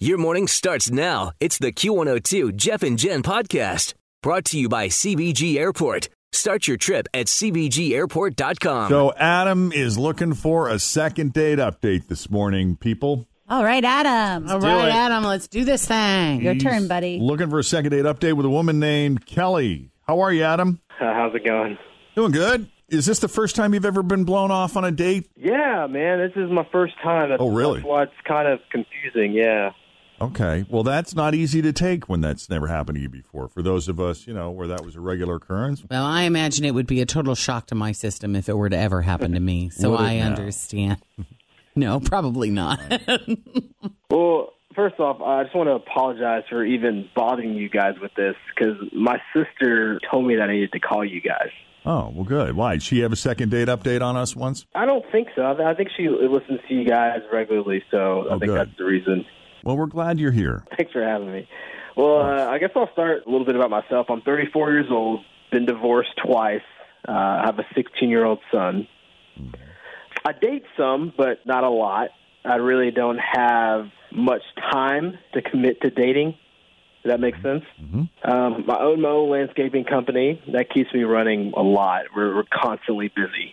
Your morning starts now. It's the Q102 Jeff and Jen podcast brought to you by CBG Airport. Start your trip at CBGAirport.com. So Adam is looking for a second date update this morning, people. All right, Adam. All do right, it. Adam, let's do this thing. Your He's turn, buddy. Looking for a second date update with a woman named Kelly. How are you, Adam? Uh, how's it going? Doing good. Is this the first time you've ever been blown off on a date? Yeah, man, this is my first time. That's, Oh, really? That's why it's kind of confusing. Yeah. Okay. Well, that's not easy to take when that's never happened to you before. For those of us, you know, where that was a regular occurrence. Well, I imagine it would be a total shock to my system if it were to ever happen to me. So Would it I now? understand. No, probably not. Well, first off, I just want to apologize for even bothering you guys with this because my sister told me that I needed to call you guys. Oh, well, good. Why? Did she have a second date update on us once? I don't think so. I I think she listens to you guys regularly, so Oh, I think good. that's the reason. Well, we're glad you're here. Thanks for having me. Well, uh, I guess I'll start a little bit about myself. I'm 34 years old, been divorced twice. Uh, I have a 16 year old son. I date some, but not a lot. I really don't have much time to commit to dating. Does that make sense? Um, I own my own landscaping company. That keeps me running a lot. We're, we're constantly busy.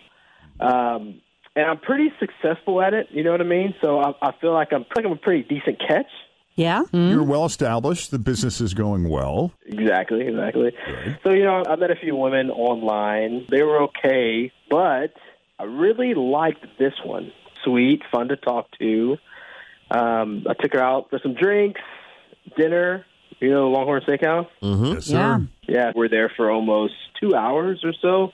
Um, and I'm pretty successful at it. You know what I mean? So I, I feel like I'm, like I'm a pretty decent catch. Yeah? You're well established. The business is going well. Exactly, exactly. So, you know, I met a few women online. They were okay, but I really liked this one. Sweet, fun to talk to. Um, I took her out for some drinks, dinner, you know, Longhorn Steakhouse. Hmm? Yes, sir. Yeah, we're there for almost two hours or so.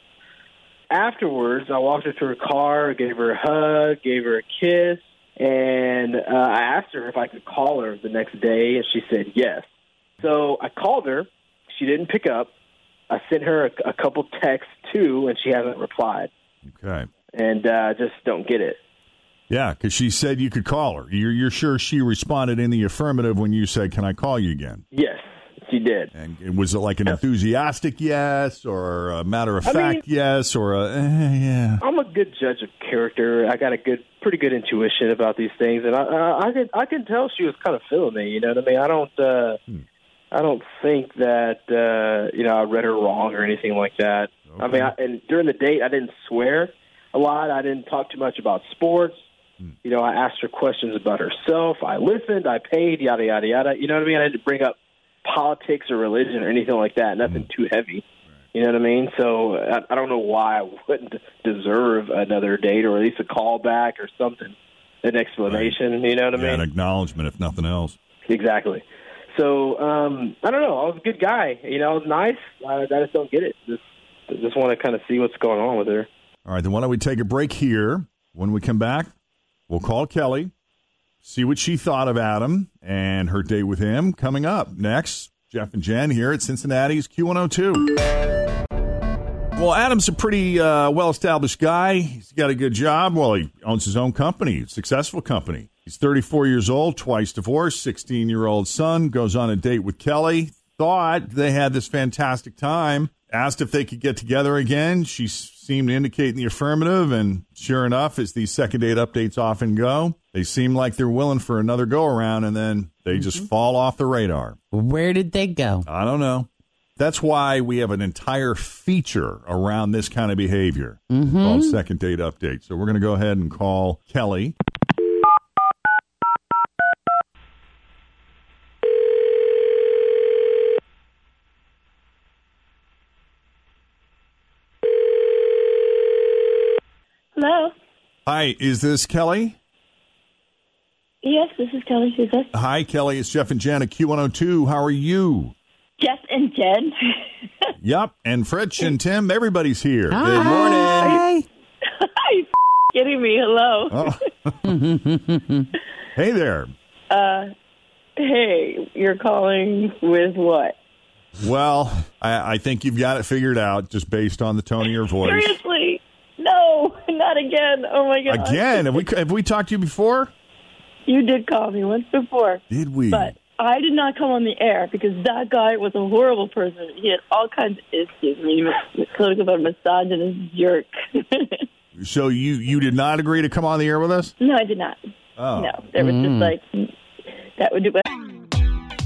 Afterwards, I walked her to her car, gave her a hug, gave her a kiss, and uh, I asked her if I could call her the next day, and she said yes. So I called her. She didn't pick up. I sent her a, a couple texts too, and she hasn't replied. Okay. And uh, I just don't get it. Yeah, because she said you could call her. You're, you're sure she responded in the affirmative when you said, "Can I call you again?" Yes, she did. And it- was it like an enthusiastic yes, or a matter of I fact mean- yes, or a eh, yeah? I'm a good judge of character. I got a good, pretty good intuition about these things, and I, I, I can, I can tell she was kind of feeling me. You know what I mean? I don't, uh, I don't think that, uh, you know, I read her wrong or anything like that. I mean, I, and during the date, I didn't swear a lot. I didn't talk too much about sports. You know, I asked her questions about herself. I listened. I paid. Yada yada yada. You know what I mean? I didn't bring up politics or religion or anything like that. Nothing too heavy. You know what I mean? So I, I don't know why I wouldn't deserve another date or at least a call back or something, an explanation. You know what I Yeah, an mean? acknowledgement, if nothing else. exactly. So um, I don't know. I was a good guy. You know, I was nice. I, I just don't get it. Just I just want to kind of see what's going on with her. All right, then why don't we take a break here? When we come back, we'll call Kelly, see what she thought of Adam and her date with him. Coming up next, Jeff and Jen here at Cincinnati's Q102. Well, Adam's a pretty uh, well established guy. He's got a good job. Well, he owns his own company, successful company. He's 34 years old, twice divorced, 16 year old son, goes on a date with Kelly. Thought they had this fantastic time. Asked if they could get together again. She s- seemed to indicate in the affirmative. And sure enough, as these second date updates often go, they seem like they're willing for another go around and then they just fall off the radar. Where did they go? I don't know. That's why we have an entire feature around this kind of behavior called Second Date Update. So we're going to go ahead and call Kelly. Hi, is this Kelly? Yes, this is Kelly. Who's this? Hi, Kelly. It's Jeff and Jen at Q102. How are you? Jeff and Jen. Yep. And Fritch and Tim, everybody's here. Good Hi. morning. Are you kidding me? Hello. Oh. hey there. Hey, you're calling with what? Well, I, I think you've got it figured out just based on the tone of your voice. Seriously? No, not again. Oh my god. Again, have we have we talked to you before? You did call me once before, Did we? but I did not come on the air because that guy was a horrible person. He had all kinds of issues. I mean, he was sort of a misogynist jerk. so you you did not agree to come on the air with us? no, I did not. Oh. No, there was just like that would do.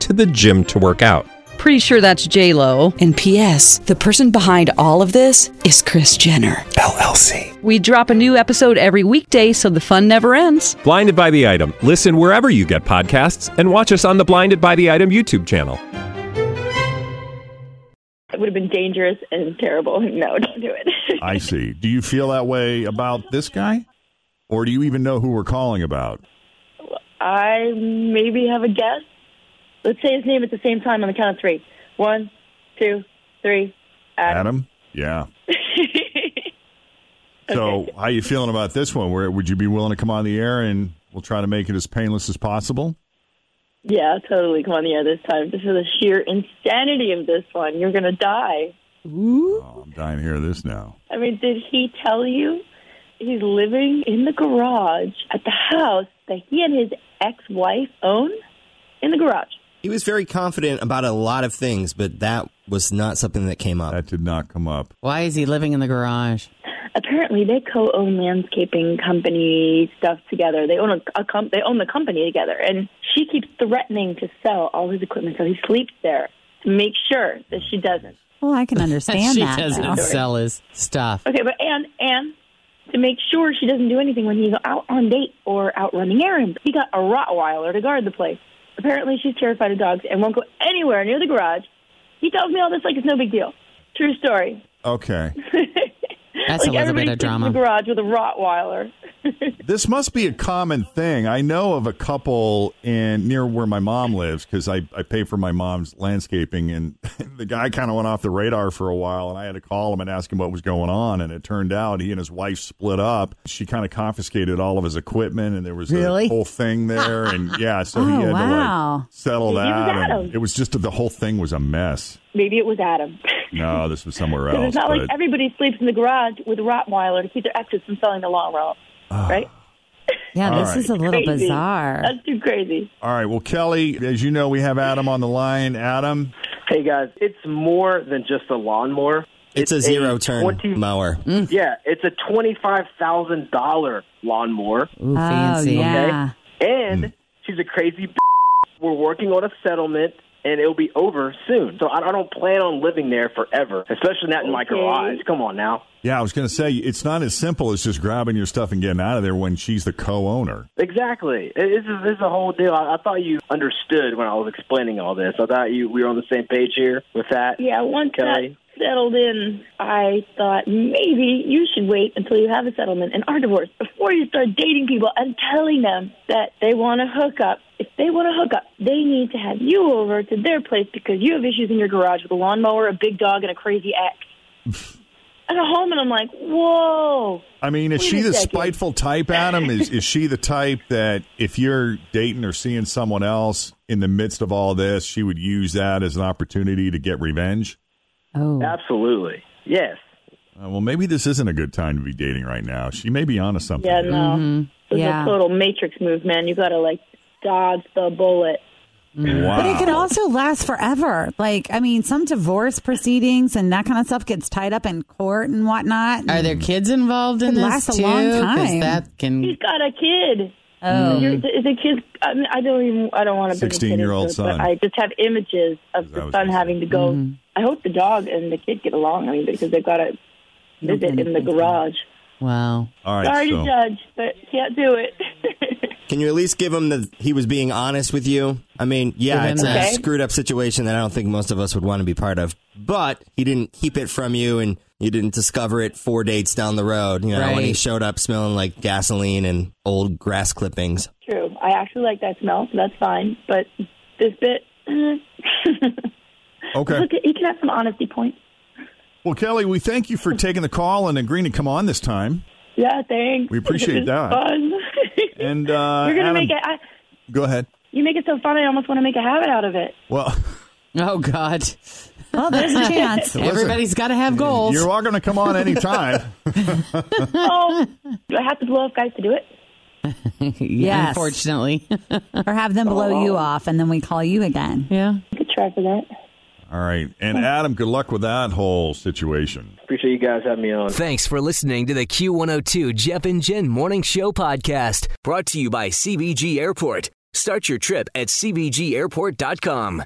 to the gym to work out. Pretty sure that's J Lo. And P.S. The person behind all of this is Chris Jenner. LLC. We drop a new episode every weekday, so the fun never ends. Blinded by the item. Listen wherever you get podcasts, and watch us on the Blinded by the Item YouTube channel. It would have been dangerous and terrible. No, don't do it. I see. Do you feel that way about this guy? Or do you even know who we're calling about? I maybe have a guess. Let's say his name at the same time on the count of three. One, two, three. Adam. Adam? Yeah. So, how you feeling about this one? Where would you be willing to come on the air and we'll try to make it as painless as possible? yeah, totally. Come on the air this time. This is the sheer insanity of this one. You're gonna die. Oh, I'm dying to hear this now. I mean, did he tell you he's living in the garage at the house that he and his ex-wife own in the garage? He was very confident about a lot of things, but that was not something that came up. That did not come up. Why is he living in the garage? Apparently, they co-own landscaping company stuff together. They own a, a com- they own the company together, and she keeps threatening to sell all his equipment so he sleeps there to make sure that she doesn't. Well, I can understand she doesn't sell his stuff. Okay, but and and to make sure she doesn't do anything when he's out on date or out running errands, he got a Rottweiler to guard the place. Apparently, she's terrified of dogs and won't go anywhere near the garage. He tells me all this like it's no big deal. True story. Okay. That's like a little everybody bit of sleeps drama. in the garage with a Rottweiler. This must be a common thing. I know of a couple in near where my mom lives because I, I pay for my mom's landscaping, and the guy kind of went off the radar for a while, and I had to call him and ask him what was going on, and it turned out he and his wife split up. She kind of confiscated all of his equipment, and there was Really? a whole thing there, and yeah, so he Oh, had to wow. like settle Maybe it was that. and Adam. it was just the whole thing was a mess. Maybe it was Adam. No, this was somewhere Because else. it's not like but- everybody sleeps in the garage with a Rottweiler to keep their exes from selling the long roll, right? Yeah, All this right. is a Crazy. That's too crazy. all right, well, Kelly, as you know, we have Adam on the line. Adam. Hey guys, it's more than just a lawnmower. it's a zero turn 20 mower. Yeah, it's a twenty-five thousand dollar lawnmower, Ooh, fancy. yeah. and she's a crazy. B- We're working on a settlement, and it'll be over soon. So I I don't plan on living there forever, especially not in my Okay. garage. Come on now. Yeah, I was going to say it's not as simple as just grabbing your stuff and getting out of there when she's the co-owner. Exactly. It- This is, this is a whole deal. I, I thought you understood when I was explaining all this. I thought you we were on the same page here with that. Yeah, once Kelly. that settled in, I thought maybe you should wait until you have a settlement and are divorced before you start dating people and telling them that they want to hook up. If they want to hook up, they need to have you over to their place because you have issues in your garage with a lawnmower, a big dog, and a crazy ex. I go home and I'm like, whoa. I mean, is Wait she a the second. spiteful type, Adam? Is is she the type that if you're dating or seeing someone else in the midst of all this, she would use that as an opportunity to get revenge? Oh. Absolutely. Yes. Uh, well, maybe this isn't a good time to be dating right now. She may be onto something. Yeah, here. no. This is Yeah. a total matrix move, man. You got to, like, dodge the bullet. But it could also last forever. Like, I mean, some divorce proceedings and that kind of stuff gets tied up in court and whatnot. Are there kids involved in Could this last a too? long 'Cause time. That can. He's got a kid. Oh. You're, the, the kid's. I, mean, I don't even. I don't want to. bring a kid 16-year-old into it, son. But I just have images of the son having to go. I hope the dog and the kid get along. I mean, because they've got to visit in the garage. Wow. All Sorry to judge, but can't do it. Can you at least give him that he was being honest with you? I mean, yeah, Give him it's that. a Okay. screwed up situation that I don't think most of us would want to be part of. But he didn't keep it from you, and you didn't discover it four dates down the road. You know, when he Right. showed up smelling like gasoline and old grass clippings. True. I actually like that smell. So that's fine. But this bit. Okay. Look, he can have some honesty points. Well, Kelly, we thank you for taking the call and agreeing to come on this time. Yeah, thanks. We appreciate This is that. Fun. And uh, You're gonna Adam, make it. I, Go ahead. you make it so fun. I almost want to make a habit out of it. Well, Oh God. Well, there's a chance. Listen. Everybody's got to have goals. you're all going to come on anytime. oh, do I have to blow up guys to do it? Yes. Unfortunately. or have them blow you off and then we call you again. Yeah. I could try for that. all right. And Adam, good luck with that whole situation. Appreciate you guys having me on. Thanks for listening to the Q102 Jeff and Jen Morning Show podcast, brought to you by CBG Airport. Start your trip at CBGAirport.com.